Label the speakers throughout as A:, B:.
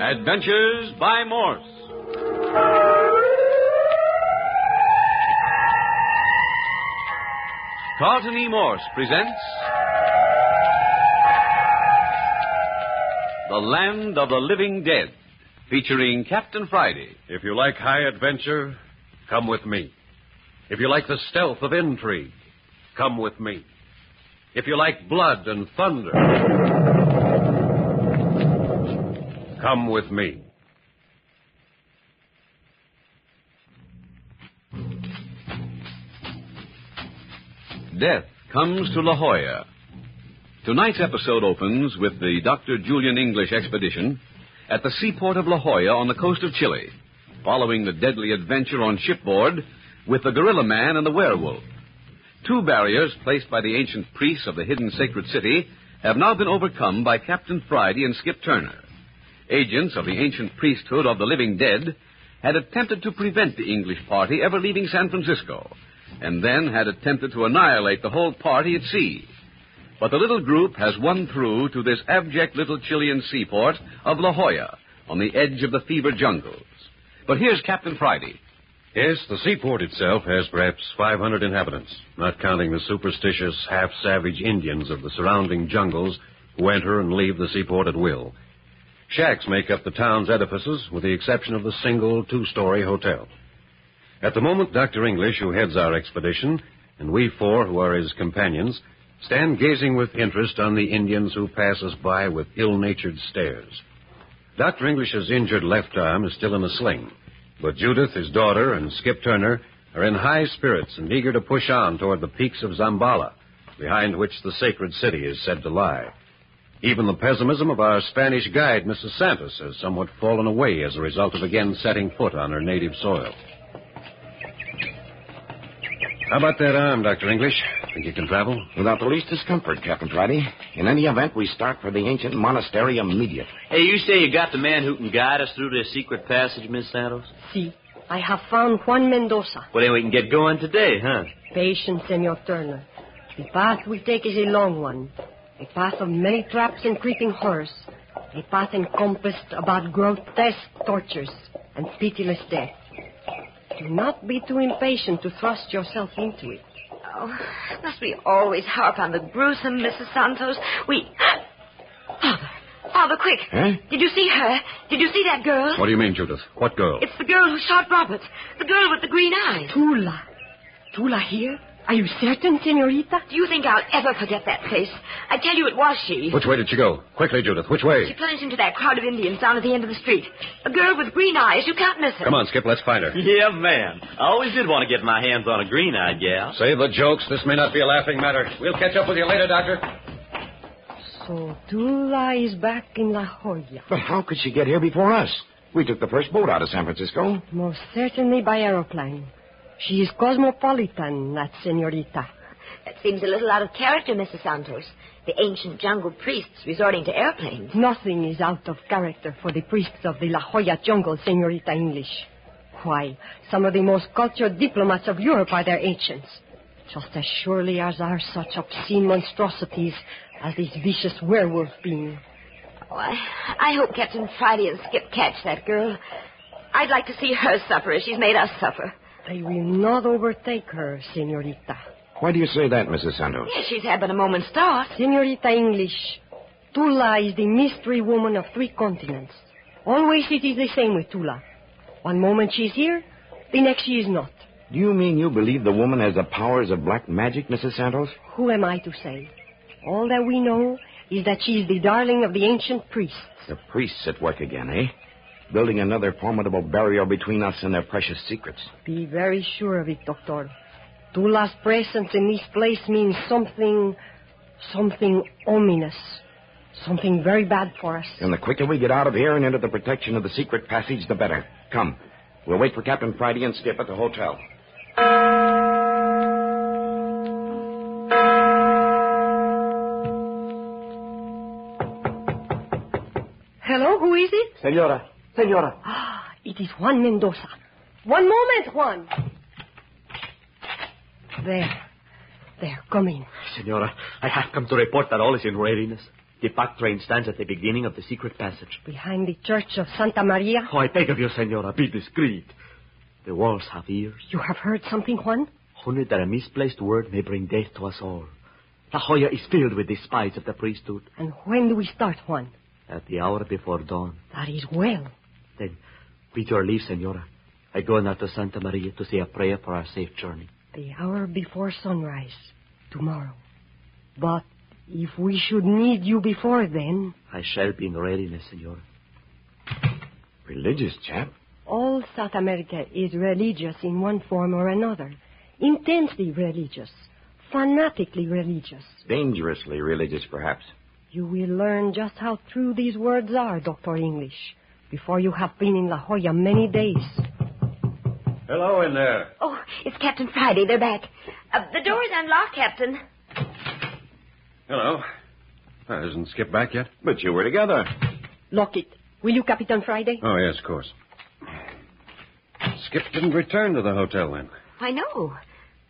A: Adventures by Morse. Carlton E. Morse presents The Land of the Living Dead, featuring Captain Friday.
B: If you like high adventure, come with me. If you like the stealth of intrigue, come with me. If you like blood and thunder, come with me.
A: Death comes to La Jolla. Tonight's episode opens with the Dr. Julian English expedition at the seaport of La Jolla on the coast of Chile, following the deadly adventure on shipboard with the gorilla man and the werewolf. Two barriers placed by the ancient priests of the hidden sacred city have now been overcome by Captain Friday and Skip Turner. Agents of the ancient priesthood of the living dead had attempted to prevent the English party ever leaving San Francisco, and then had attempted to annihilate the whole party at sea. But the little group has won through to this abject little Chilean seaport of La Jolla on the edge of the fever jungles. But here's Captain Friday.
B: Yes, the seaport itself has perhaps 500 inhabitants, not counting the superstitious, half savage Indians of the surrounding jungles who enter and leave the seaport at will. Shacks make up the town's edifices, with the exception of the single two story hotel. At the moment, Dr. English, who heads our expedition, and we four, who are his companions, stand gazing with interest on the Indians who pass us by with ill natured stares. Dr. English's injured left arm is still in a sling, but Judith, his daughter, and Skip Turner are in high spirits and eager to push on toward the peaks of Zambala, behind which the sacred city is said to lie. Even the pessimism of our Spanish guide, Mrs. Santos, has somewhat fallen away as a result of again setting foot on her native soil. How about that arm, Dr. English? Think you can travel?
C: Without the least discomfort, Captain Friday. In any event, we start for the ancient monastery immediately.
D: Hey, you say you got the man who can guide us through this secret passage, Miss Santos?
E: See, I have found Juan Mendoza.
D: Well, then we can get going today, huh?
E: Patience, Senor Turner. The path we take is a long one. A path of many traps and creeping horrors. A path encompassed about grotesque tortures and pitiless death. Do not be too impatient to thrust yourself into it.
F: Oh, must we always harp on the gruesome, Mrs. Santos? We. Father, Father, quick!
C: Huh?
F: Did you see her? Did you see that girl?
B: Eh? What do you mean, Judith? What girl?
F: It's the girl who shot Robert. The girl with the green eyes.
E: Tula. Tula here? Are you certain, Senorita?
F: Do you think I'll ever forget that face? I tell you, it was she.
B: Which way did she go? Quickly, Judith, which way?
F: She plunged into that crowd of Indians down at the end of the street. A girl with green eyes. You can't miss her.
B: Come on, Skip, let's find her.
D: Yeah, man. I always did want to get my hands on a green-eyed gal.
B: Save the jokes. This may not be a laughing matter. We'll catch up with you later, Doctor.
E: So Tula is back in La Jolla.
C: But how could she get here before us? We took the first boat out of San Francisco.
E: Most certainly by aeroplane. She is cosmopolitan, that Senorita.
F: That seems a little out of character, Mrs. Santos. The ancient jungle priests resorting to airplanes.
E: Nothing is out of character for the priests of the La Jolla jungle, Senorita English. Why, some of the most cultured diplomats of Europe are their ancients. Just as surely as are such obscene monstrosities as this vicious werewolf being.
F: Oh, I, I hope Captain Friday and Skip catch that girl. I'd like to see her suffer as she's made us suffer.
E: They will not overtake her, Senorita.
C: Why do you say that, Mrisrs. Santos?
F: Yeah, she's had but a moment's start.
E: Senorita English, Tula is the mystery woman of three continents. Always it is the same with Tula. One moment she is here, the next she is not.
C: Do you mean you believe the woman has the powers of black magic, Mrs. Santos?
E: Who am I to say? All that we know is that she is the darling of the ancient priests.
C: The priests at work again, eh? Building another formidable barrier between us and their precious secrets.
E: Be very sure of it, Doctor. Tula's presence in this place means something, something ominous, something very bad for us.
C: And the quicker we get out of here and into the protection of the secret passage, the better. Come. We'll wait for Captain Friday and Skip at the hotel.
E: Hello, who is it?
G: Senora, senora.
E: Ah, it is Juan Mendoza. One moment, Juan. There. There, come in.
G: Senora, I have come to report that all is in readiness. The pack train stands at the beginning of the secret passage.
E: Behind the church of Santa Maria?
G: Oh, I beg of you, senora, be discreet. The walls have ears.
E: You have heard something, Juan?
G: Only that a misplaced word may bring death to us all. La Jolla is filled with the spies of the priesthood.
E: And when do we start, Juan?
G: At the hour before dawn.
E: That is well.
G: Then, with your leave, senora, I go now to Santa Maria to say a prayer for our safe journey.
E: The hour before sunrise. Tomorrow. But if we should need you before then,
G: I shall be in readiness, senora.
C: Religious chap.
E: all South America is religious in one form or another. Intensely religious. Fanatically religious.
C: Dangerously religious, perhaps.
E: You will learn just how true these words are, Dr. English, before you have been in La Jolla many days.
B: Hello in there.
F: Oh, it's Captain Friday. They're back. Uh, the door is unlocked, Captain.
B: Hello. Uh, isn't Skip back yet?
C: But you were together.
E: Lock it. Will you, Capitan Friday?
B: Oh, yes, of course. Skip didn't return to the hotel then.
F: Why, no.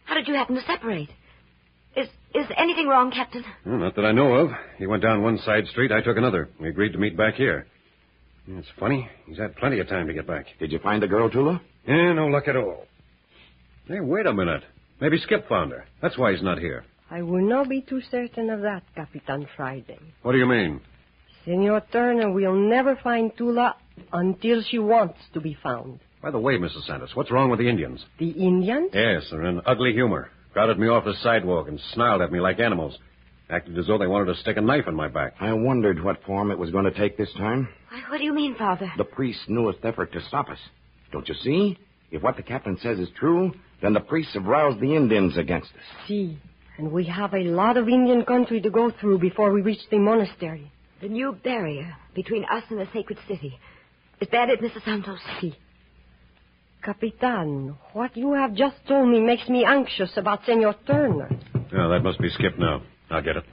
F: How did you happen to separate? Is is anything wrong, Captain?
B: Well, not that I know of. He went down one side street, I took another. We agreed to meet back here. Yeah, It's funny. He's had plenty of time to get back.
C: Did you find the girl, Tula?
B: Yeah, Eh, no luck at all. Hey, wait a minute. Maybe Skip found her. That's why he's not here.
E: I will not be too certain of that, Capitan Friday.
B: What do you mean?
E: Senor Turner will never find Tula until she wants to be found.
B: By the way, Mrs. Santos, what's wrong with the Indians?
E: The Indians?
B: Yes, they're in ugly humor. Crowded me off the sidewalk and snarled at me like animals. Acted as though they wanted to stick a knife in my back.
C: I wondered what form it was going to take this time.
F: Why, what do you mean, Father?
C: The priest's newest effort to stop us. Don't you see? If what the captain says is true, then the priests have roused the Indians against us.
E: See, and we have a lot of Indian country to go through before we reach the monastery.
F: The new barrier between us and the sacred city. Is that it, Mrs. Santos?
E: See. Capitan, what you have just told me makes me anxious about Senor Turner.
B: Oh, that must be Skip now. I'll get it.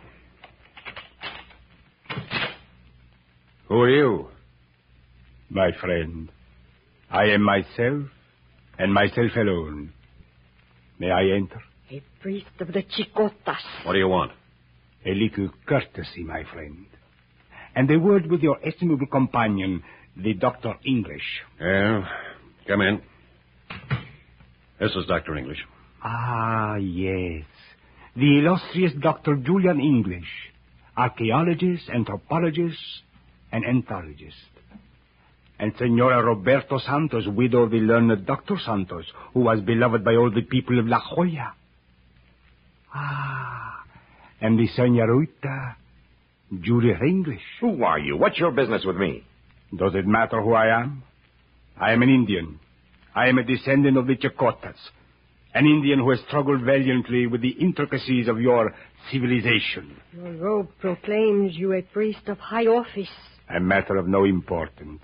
B: Who are you?
H: my friend. I am myself, and myself alone. May I enter?
E: A priest of the Chicotas.
B: What do you want?
H: A little courtesy, my friend. And a word with your estimable companion, the Doctor English.
B: Yeah, come in. This is Dr. English.
H: Ah, yes. The illustrious Dr. Julian English, archaeologist, anthropologist, and anthologist. And Senora Roberto Santos, widow of the learned Dr. Santos, who was beloved by all the people of La Jolla. Ah, and the Senorita Julia English.
C: Who are you? What's your business with me?
H: Does it matter who I am? I am an Indian. I am a descendant of the Chakotas, an Indian who has struggled valiantly with the intricacies of your civilization.
E: Your robe proclaims you a priest of high office.
H: A matter of no importance.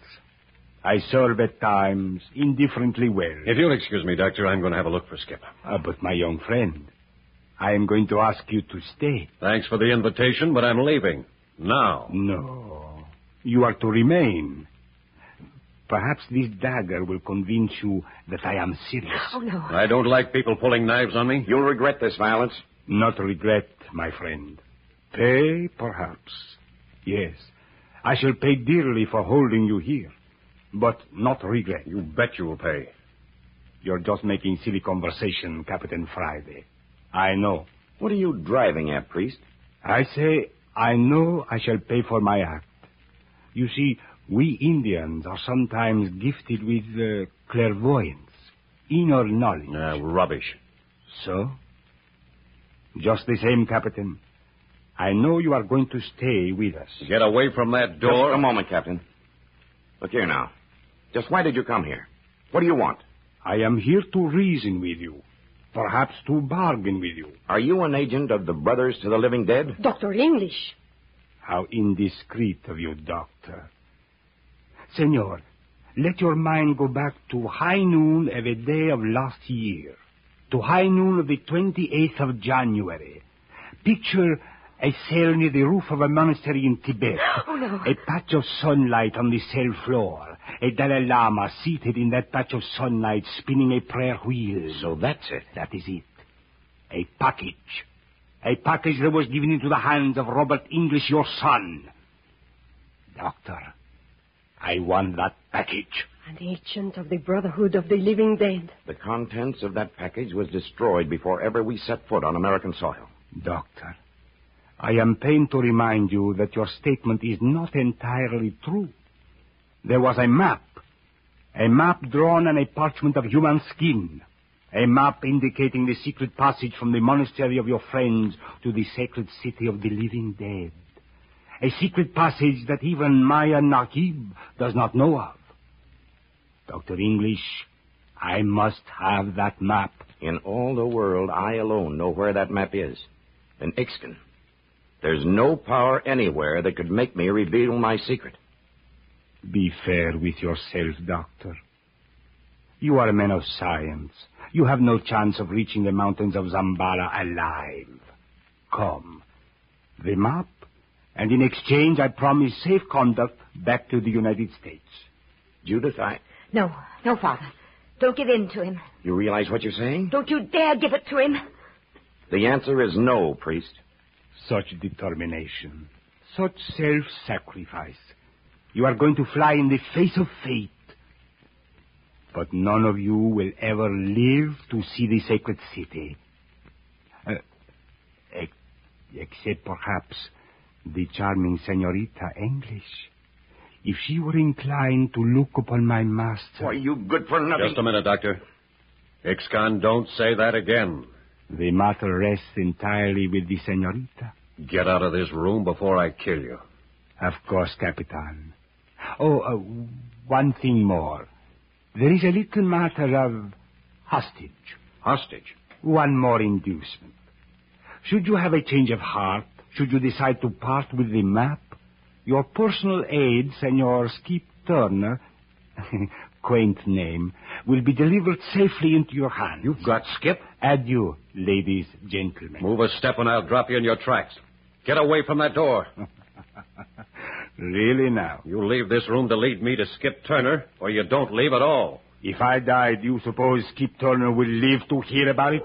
H: I serve at times indifferently well.
B: If you'll excuse me, Doctor, I'm going to have a look for Skip.
H: Ah, but my young friend, I am going to ask you to stay.
B: Thanks for the invitation, but I'm leaving. Now.
H: No, you are to remain. Perhaps this dagger will convince you that I am serious.
F: Oh, no.
B: I don't like people pulling knives on me.
C: You'll regret this violence.
H: Not regret, my friend. Pay, perhaps. Yes, I shall pay dearly for holding you here, but not regret.
B: You bet you will pay.
H: You're just making silly conversation, Captain Friday. I know.
C: What are you driving at, priest?
H: I say, I know I shall pay for my act. You see, we Indians are sometimes gifted with uh, clairvoyance, inner knowledge.
B: Ah, rubbish.
H: So? Just the same, Captain. I know you are going to stay with us.
B: Get away from that
C: Just a
B: door.
C: moment, Captain. Look here now. Just why did you come here? What do you want?
H: I am here to reason with you, perhaps to bargain with you.
C: Are you an agent of the Brothers to the Living Dead?
E: Dr. English.
H: How indiscreet of you, Doctor. Senor, let your mind go back to high noon of a day of last year, to high noon of the 28th of January. Picture a cell near the roof of a monastery in Tibet, a patch of sunlight on the cell floor, a Dalai Lama seated in that patch of sunlight spinning a prayer wheel.
C: So that's it.
H: That is it. A package. A A package that was given into the hands of Robert English, your son. Doctor, I want that package.
E: An agent of the Brotherhood of the Living Dead.
C: The contents of that package was destroyed before ever we set foot on American soil.
H: Doctor, I am pained to remind you that your statement is not entirely true. There was a map, a map drawn on a parchment of human skin, a map indicating the secret passage from the monastery of your friends to the sacred city of the living dead, a secret passage that even Maya Nakib does not know of. Dr. English, I must have that map.
C: In all the world, I alone know where that map is. In Ixkin. There's no power anywhere that could make me reveal my secret.
H: Be fair with yourself, Doctor. You are a man of science. You have no chance of reaching the mountains of Zambala alive. Come, the map, and in exchange I promise safe conduct back to the United States.
C: Judith, I.
F: No, no, Father. Don't give in to him.
C: You realize what you're saying?
F: Don't you dare give it to him.
C: The answer is no, priest.
H: Such determination, such self sacrifice. You are going to fly in the face of fate. But none of you will ever live to see the sacred city. Uh, ex- except perhaps the charming Senorita English. If she were inclined to look upon my master.
C: Why, you good for nothing.
B: Just a minute, Doctor. Ixcon, don't say that again.
H: The matter rests entirely with the senorita.
B: Get out of this room before I kill you.
H: Of course, Capitan. Oh, uh, one thing more. There is a little matter of hostage.
B: Hostage?
H: One more inducement. Should you have a change of heart, should you decide to part with the map, your personal aide, Senor Skip Turner, quaint name, will be delivered safely into your hands.
B: You've got Skip?
H: Adieu, ladies, gentlemen.
B: Move a step and I'll drop you in your tracks. Get away from that door.
H: Really now.
B: You leave this room to lead me to Skip Turner, or you don't leave at all.
H: If I die, do you suppose Skip Turner will live to hear about it?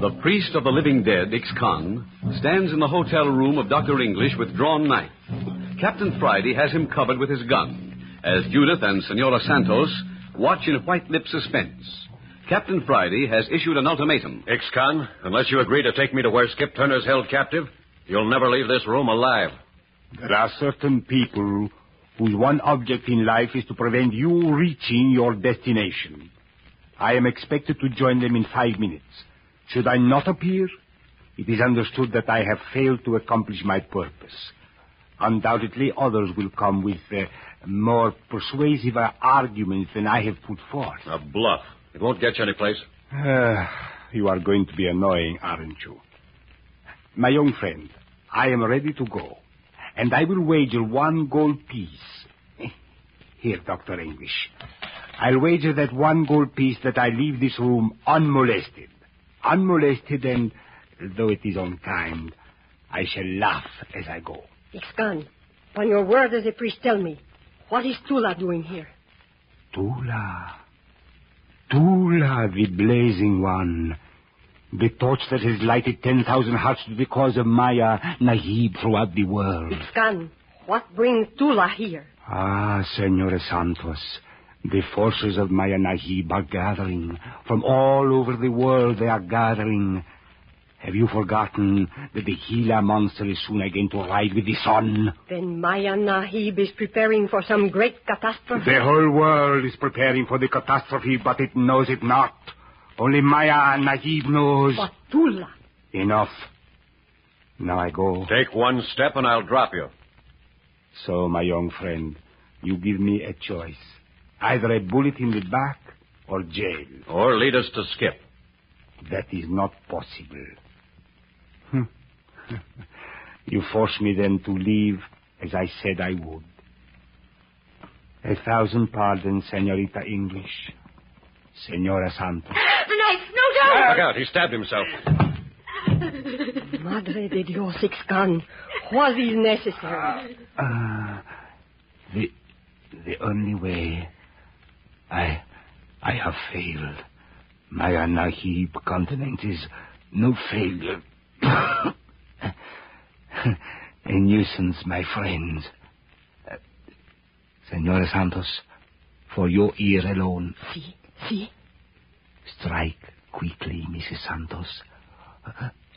A: The priest of the living dead, Ixcan, stands in the hotel room of Dr. English with drawn knife. Captain Friday has him covered with his gun, as Judith and Senora Santos watch in white lipped suspense. Captain Friday has issued an ultimatum.
B: Ixcon, unless you agree to take me to where Skip Turner's held captive, you'll never leave this room alive.
H: There are certain people whose one object in life is to prevent you reaching your destination. I am expected to join them in five minutes. Should I not appear, it is understood that I have failed to accomplish my purpose. Undoubtedly, others will come with uh, more persuasive uh, arguments than I have put forth.
B: A bluff. It won't get you anyplace.
H: Ah, you are going to be annoying, aren't you? My young friend, I am ready to go, and I will wager one gold piece. Here, Dr. English. I'll wager that one gold piece that I leave this room unmolested. Unmolested, and though it is unkind, I shall laugh as I go.
E: It's gone. On your word as a priest, tell me, what is Tula doing here?
H: Tula. Tula, the blazing one. The torch that has lighted 10,000 hearts to the cause of Maya Nahib throughout the world.
E: It's gone. What brings Tula here?
H: Ah, Senora Santos, the forces of Maya Nahib are gathering. From all over the world they are gathering. Have you forgotten that the Gila monster is soon again to ride with the sun?
E: Then Maya Nahib is preparing for some great catastrophe.
H: The whole world is preparing for the catastrophe, but it knows it not. Only Maya Nahib knows.
E: But Tula,
H: Enough. Now I go.
B: Take one step and I'll drop you.
H: So, my young friend, you give me a choice. Either a bullet in the back or jail.
B: Or lead us to Skip.
H: That is not possible. Hmm. you force me then to leave as I said I would. A thousand pardons, Senorita English. Senora Santos.
F: The knife! No, don't!
B: Look out, he stabbed himself.
F: The
E: Madre de Dios, Ixcan. What is necessary?
I: Ah, the, the only way. I, I have failed. My Anahib continent is no failure. A nuisance, my friends. Uh, Senora Santos, for your ear alone.
E: See, see.
I: Strike quickly, Mrs. Santos,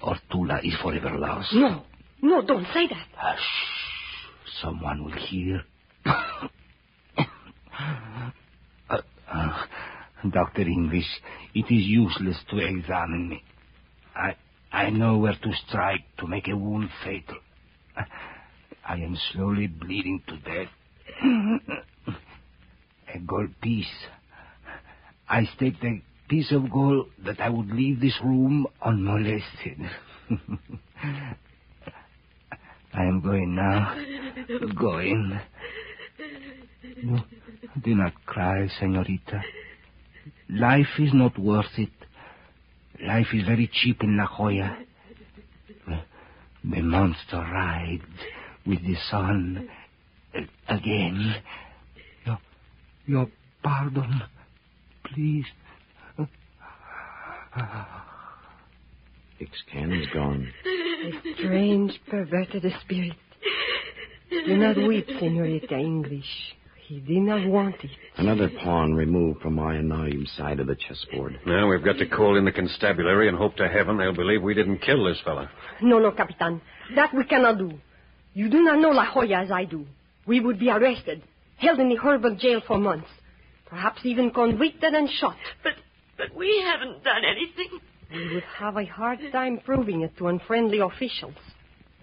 I: or Tula is forever lost.
E: No, no, don't say that.
I: Hush. Someone will hear. Uh, uh, Dr. English, it is useless to examine me. I, I know where to strike to make a wound fatal. I am slowly bleeding to death. a gold piece. I staked a piece of gold that I would leave this room unmolested. I am going now. Going. No, do not cry, senorita. Life is not worth it. Life is very cheap in La Jolla. The, the monster rides with the sun again. Your, your pardon, please.
C: Ixcan is gone.
E: A strange, perverted spirit. Do not weep, Senorita English. He did not want it.
C: Another pawn removed from my annoying side of the chessboard.
B: Now we've got to call in the constabulary and hope to heaven they'll believe we didn't kill this fella.
E: No, no, Capitan. That we cannot do. You do not know La Jolla as I do. We would be arrested, held in the horrible jail for months, perhaps even convicted and shot.
F: But, but we haven't done anything.
E: We would have a hard time proving it to unfriendly officials.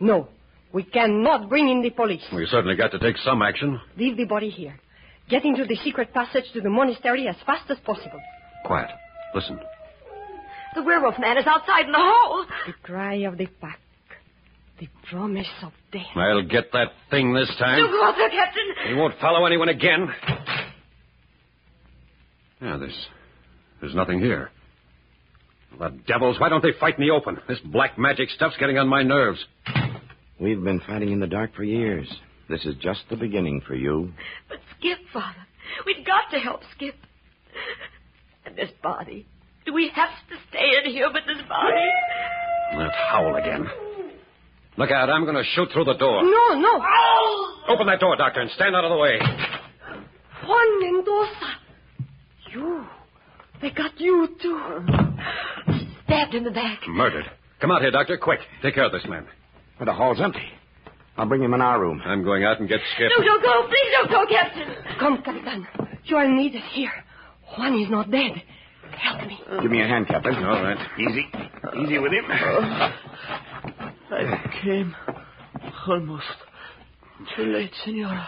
E: No, we cannot bring in the police.
B: We certainly got to take some action.
E: Leave the body here. Get into the secret passage to the monastery as fast as possible.
B: Quiet. Listen.
F: The werewolf man is outside in the hall.
E: The cry of the pack. The promise of death.
B: I'll get that thing this
F: Do
B: time.
F: go out there, Captain.
B: He won't follow anyone again. Yeah, there's there's nothing here. The devils, why don't they fight in the open? This black magic stuff's getting on my nerves.
C: We've been fighting in the dark for years. This is just the beginning for you.
F: But Skip, Father, we've got to help Skip. And this body. Do we have to stay in here with this body?
B: That howl again. Look out, I'm going to shoot through the door.
E: No, no.
B: Open that door, Doctor, and stand out of the way.
E: Juan Mendoza. You. They got you, too.
F: Stabbed in the back.
B: Murdered. Come out here, Doctor, quick. Take care of this man.
C: But the hall's empty. I'll bring him in our room.
B: I'm going out and get Skip.
F: No, don't go. Please don't go, Captain.
E: Come, Capitan. You are needed here. Juan is not dead. Help me.
C: Give me a hand, Captain.
B: All right.
C: Easy. Easy with him.
G: I came almost too late, Senora.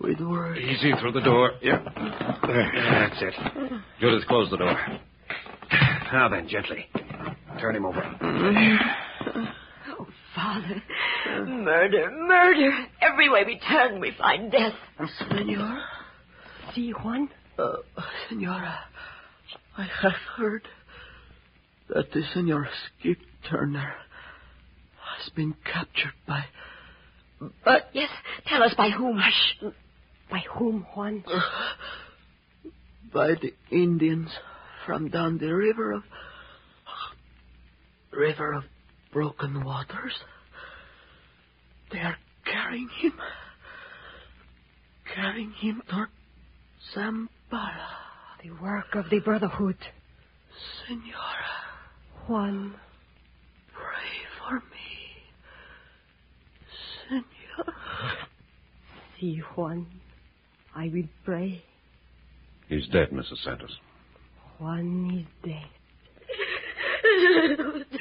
G: With words.
B: Easy through the door. Yep. That's it. Judith, close the door. Now then, gently. Turn him over.
F: Oh, Father. Murder, murder. Every way we turn, we find death.
G: Senora?
E: See, Juan?
G: Uh, senora, I have heard that the Senor Skip Turner has been captured by.
F: But yes, tell us by whom. Hush.
E: By whom, Juan?
G: by the Indians from down the river of. River of Broken Waters. They are carrying him. Carrying him toward Zambara.
E: The work of the Brotherhood.
G: Senora.
E: Juan.
G: Pray for me, Senor.
E: See, Juan. I will pray.
B: He's dead, Mrs. Santos.
E: Juan is dead.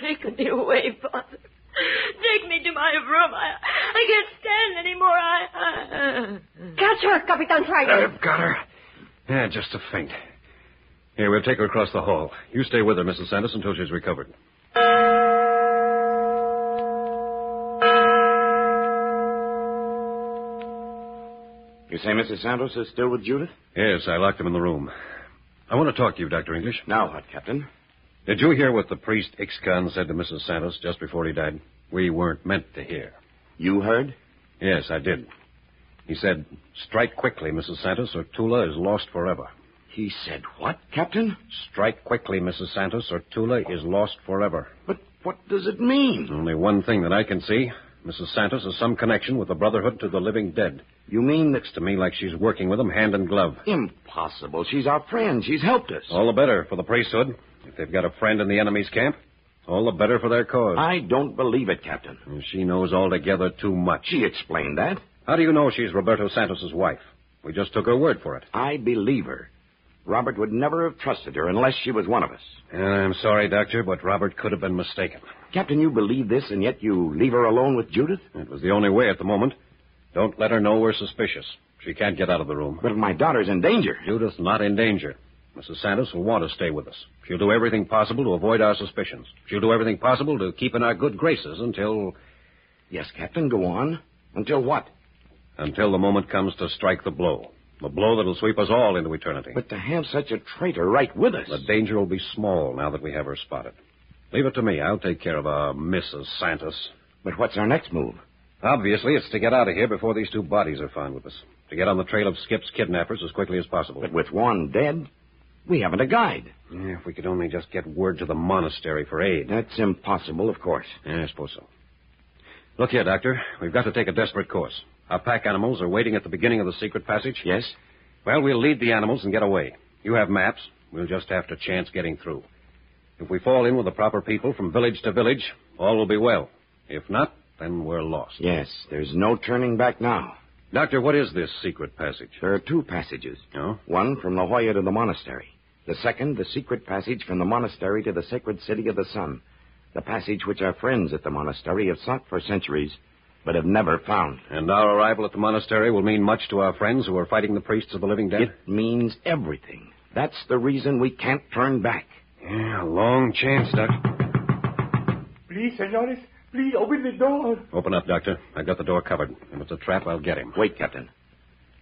F: Take me away, Father. Take me to my room. I, I can't stand anymore. I. I...
E: Catch her, Capitan Friday.
B: I've got her. Yeah, just a faint. Here, we'll take her across the hall. You stay with her, Mrs. Santos, until she's recovered.
C: You say Mrs. Santos is still with Judith?
B: Yes, I locked him in the room. I want to talk to you, Dr. English.
C: Now what, Captain?
B: Did you hear what the priest Ixcan said to Mrs. Santos just before he died? We weren't meant to hear.
C: You heard?
B: Yes, I did. He said, Strike quickly, Mrs. Santos, or Tula is lost forever.
C: He said what, Captain?
B: Strike quickly, Mrs. Santos, or Tula is lost forever.
C: But what does it mean?
B: Only one thing that I can see. Mrs. Santos has some connection with the Brotherhood to the Living Dead.
C: You mean that
B: Looks to me like she's working with them hand and glove.
C: impossible. She's our friend. She's helped us.
B: All the better for the priesthood. If they've got a friend in the enemy's camp, all the better for their cause.
C: I don't believe it, Captain.
B: And She knows altogether too much.
C: She explained that.
B: How do you know she's Roberto Santos's wife? We just took her word for it.
C: I believe her. Robert would never have trusted her unless she was one of us.
B: And Uh, I'm sorry, Doctor, but Robert could have been mistaken.
C: Captain, you believe this, and yet you leave her alone with Judith?
B: It was the only way at the moment. Don't let her know we're suspicious. She can't get out of the room.
C: But if my daughter's in danger.
B: Judith's not in danger. Mrs. Santos will want to stay with us. She'll do everything possible to avoid our suspicions. She'll do everything possible to keep in our good graces until
C: Yes, Captain, go on. Until what?
B: until the moment comes to strike the blow. The blow that'll sweep us all into eternity.
C: But to have such a traitor right with us.
B: The danger will be small now that we have her spotted. Leave it to me. I'll take care of our Mrs. Santos.
C: But what's our next move?
B: Obviously, it's to get out of here before these two bodies are found with us. To get on the trail of Skip's kidnappers as quickly as possible.
C: But with one dead, we haven't a guide.
B: Yeah, if we could only just get word to the monastery for aid.
C: That's impossible, of course.
B: Yeah, I suppose so. Look here, Doctor. We've got to take a desperate course. Our pack animals are waiting at the beginning of the secret passage.
C: Yes?
B: Well, we'll lead the animals and get away. You have maps. We'll just have to chance getting through. If we fall in with the proper people from village to village, all will be well. If not, then we're lost.
C: Yes, there's no turning back now.
B: Doctor, what is this secret passage? Oh,
C: There are two passages.
B: No?
C: One from La Jolla to the monastery. The second, the secret passage from the monastery to the sacred city of the sun. The passage which our friends at the monastery have sought for centuries, but have never found.
B: And our arrival at the monastery will mean much to our friends who are fighting the priests of the living dead?
C: It means everything. That's the reason we can't turn back.
B: Yeah, long chance, Doctor.
J: Please, senores, please open the door.
B: Open up, Doctor. I got the door covered. If it's a trap, I'll get him.
C: Wait, Captain.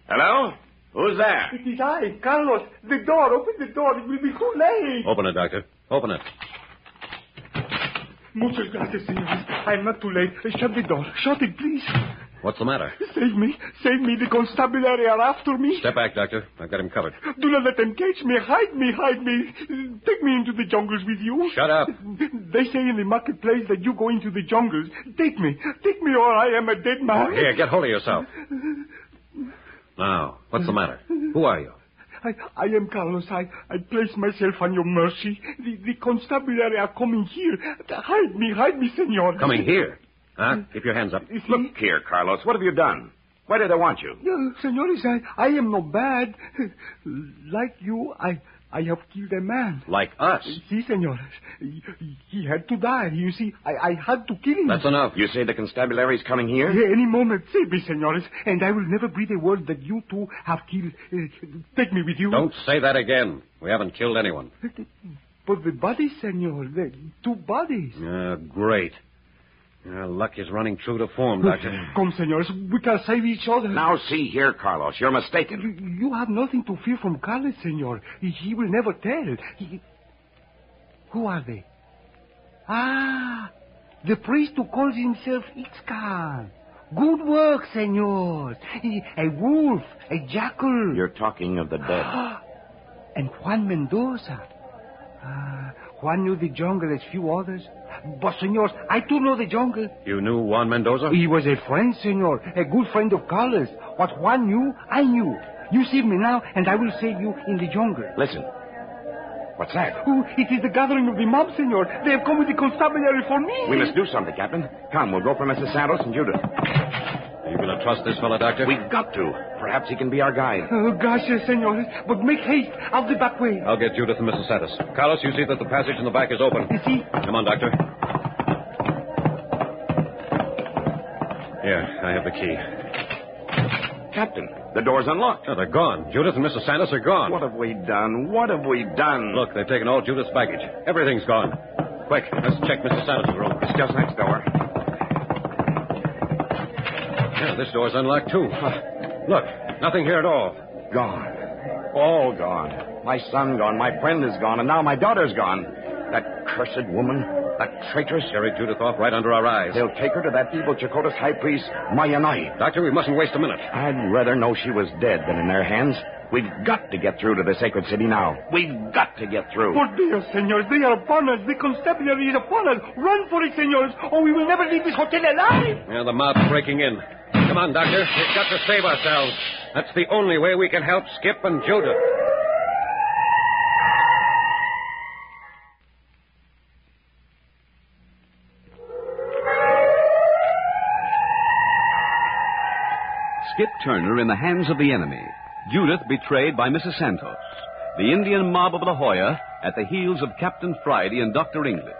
C: Hello? Who's there?
J: It is I, Carlos. The door, open the door. It will be too late.
B: Open it, Doctor. Open it.
J: Muchas gracias, senores. I am not too late. Shut the door. Shut it, please.
B: What's the matter?
J: Save me. Save me. The constabulary are after me.
B: Step back, Doctor. I've got him covered.
J: Do not let them catch me. Hide me. Hide me. Take me into the jungles with you.
B: Shut up.
J: They say in the marketplace that you go into the jungles. Take me. Take me or I am a dead man.
B: Here, get hold of yourself. Now, what's the matter? Who are you?
J: I, I am Carlos. I, I place myself on your mercy. The, the constabulary are coming here. Hide me, hide me, senor.
B: Coming here. Huh? Keep your hands up.
C: Look here, Carlos. What have you done? Why do they want you?
J: No, senores, I, I am no bad. Like you, I, I have killed a man.
B: Like us.
J: See, senores, he, he had to die. You see, I, I had to kill him.
B: That's enough.
C: You say the constabulary's coming here?
J: Yeah, any moment. Save me, senores, and I will never breathe a word that you two have killed. Uh, take me with you.
B: Don't say that again. We haven't killed anyone.
J: But the bodies, senor, the two bodies.
B: Ah, great. Our luck is running true to form, Doctor.
J: Come, senores, we can save each other.
C: Now, see here, Carlos. You're mistaken.
J: You, you have nothing to fear from Carlos, senor. He, he will never tell. He- Who are they? Ah, the priest who calls himself Itzcan. Good work, senor. He- A wolf, a jackal,
C: You're talking of the dead.
J: and Juan Mendoza. Ah, Juan knew the jungle as few others. But, senors, I too know the jungle.
B: You knew Juan Mendoza?
J: He was a friend, senor, a good friend of Carlos. What Juan knew, I knew. You save me now, and I will save you in the jungle.
C: Listen. What's that?
J: Oh, it is the gathering of the mob, senor. They have come with the constabulary for me.
C: We must do something, Captain. Come, we'll go for Mrs. Santos and Judith.
B: Are you going to trust this fellow, Doctor?
C: We've got to. Perhaps he can be our guide.
J: Oh, gosh, yes, senor. But make haste, out the back way.
B: I'll get Judith and Mrs. Santos. Carlos, you see that the passage in the back is open.
J: You see?
B: Come on, Doctor. Here, I have the key.
C: Captain, the door's unlocked.
B: Oh, they're gone. Judith and Mrs. Santos are gone.
C: What have we done? What have we done?
B: Look, they've taken all Judith's baggage. Everything's gone. Quick, let's check Mrs. Santos' room.
C: it's just next door.
B: Yeah, this door's unlocked, too. Look, nothing here at all.
C: Gone. All gone. My son gone. My friend is gone. And now my daughter's gone. That Cursed woman. That traitress.
B: Jerry Judith off right under our eyes.
C: They'll take her to that evil Chakotas high priest, Mayanai.
B: Doctor, we mustn't waste a minute.
C: I'd rather know she was dead than in their hands. We've got to get through to the sacred city now. We've got to get through.
H: Por Dios, senores, they are upon us. The constabulary is upon us. Run for it, senores, or we will never leave this hotel alive.
B: Yeah, the mob's breaking in. Come on, Doctor. We've got to save ourselves. That's the only way we can help Skip and Judith.
A: Skip Turner in the hands of the enemy. Judith betrayed by Mrs. Santos. The Indian mob of La Jolla at the heels of Captain Friday and Dr. English.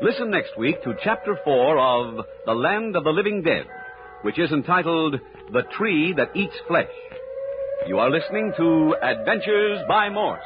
A: Listen next week to Chapter 4 of The Land of the Living Dead, which is entitled The Tree That Eats Flesh. You are listening to Adventures by Morse.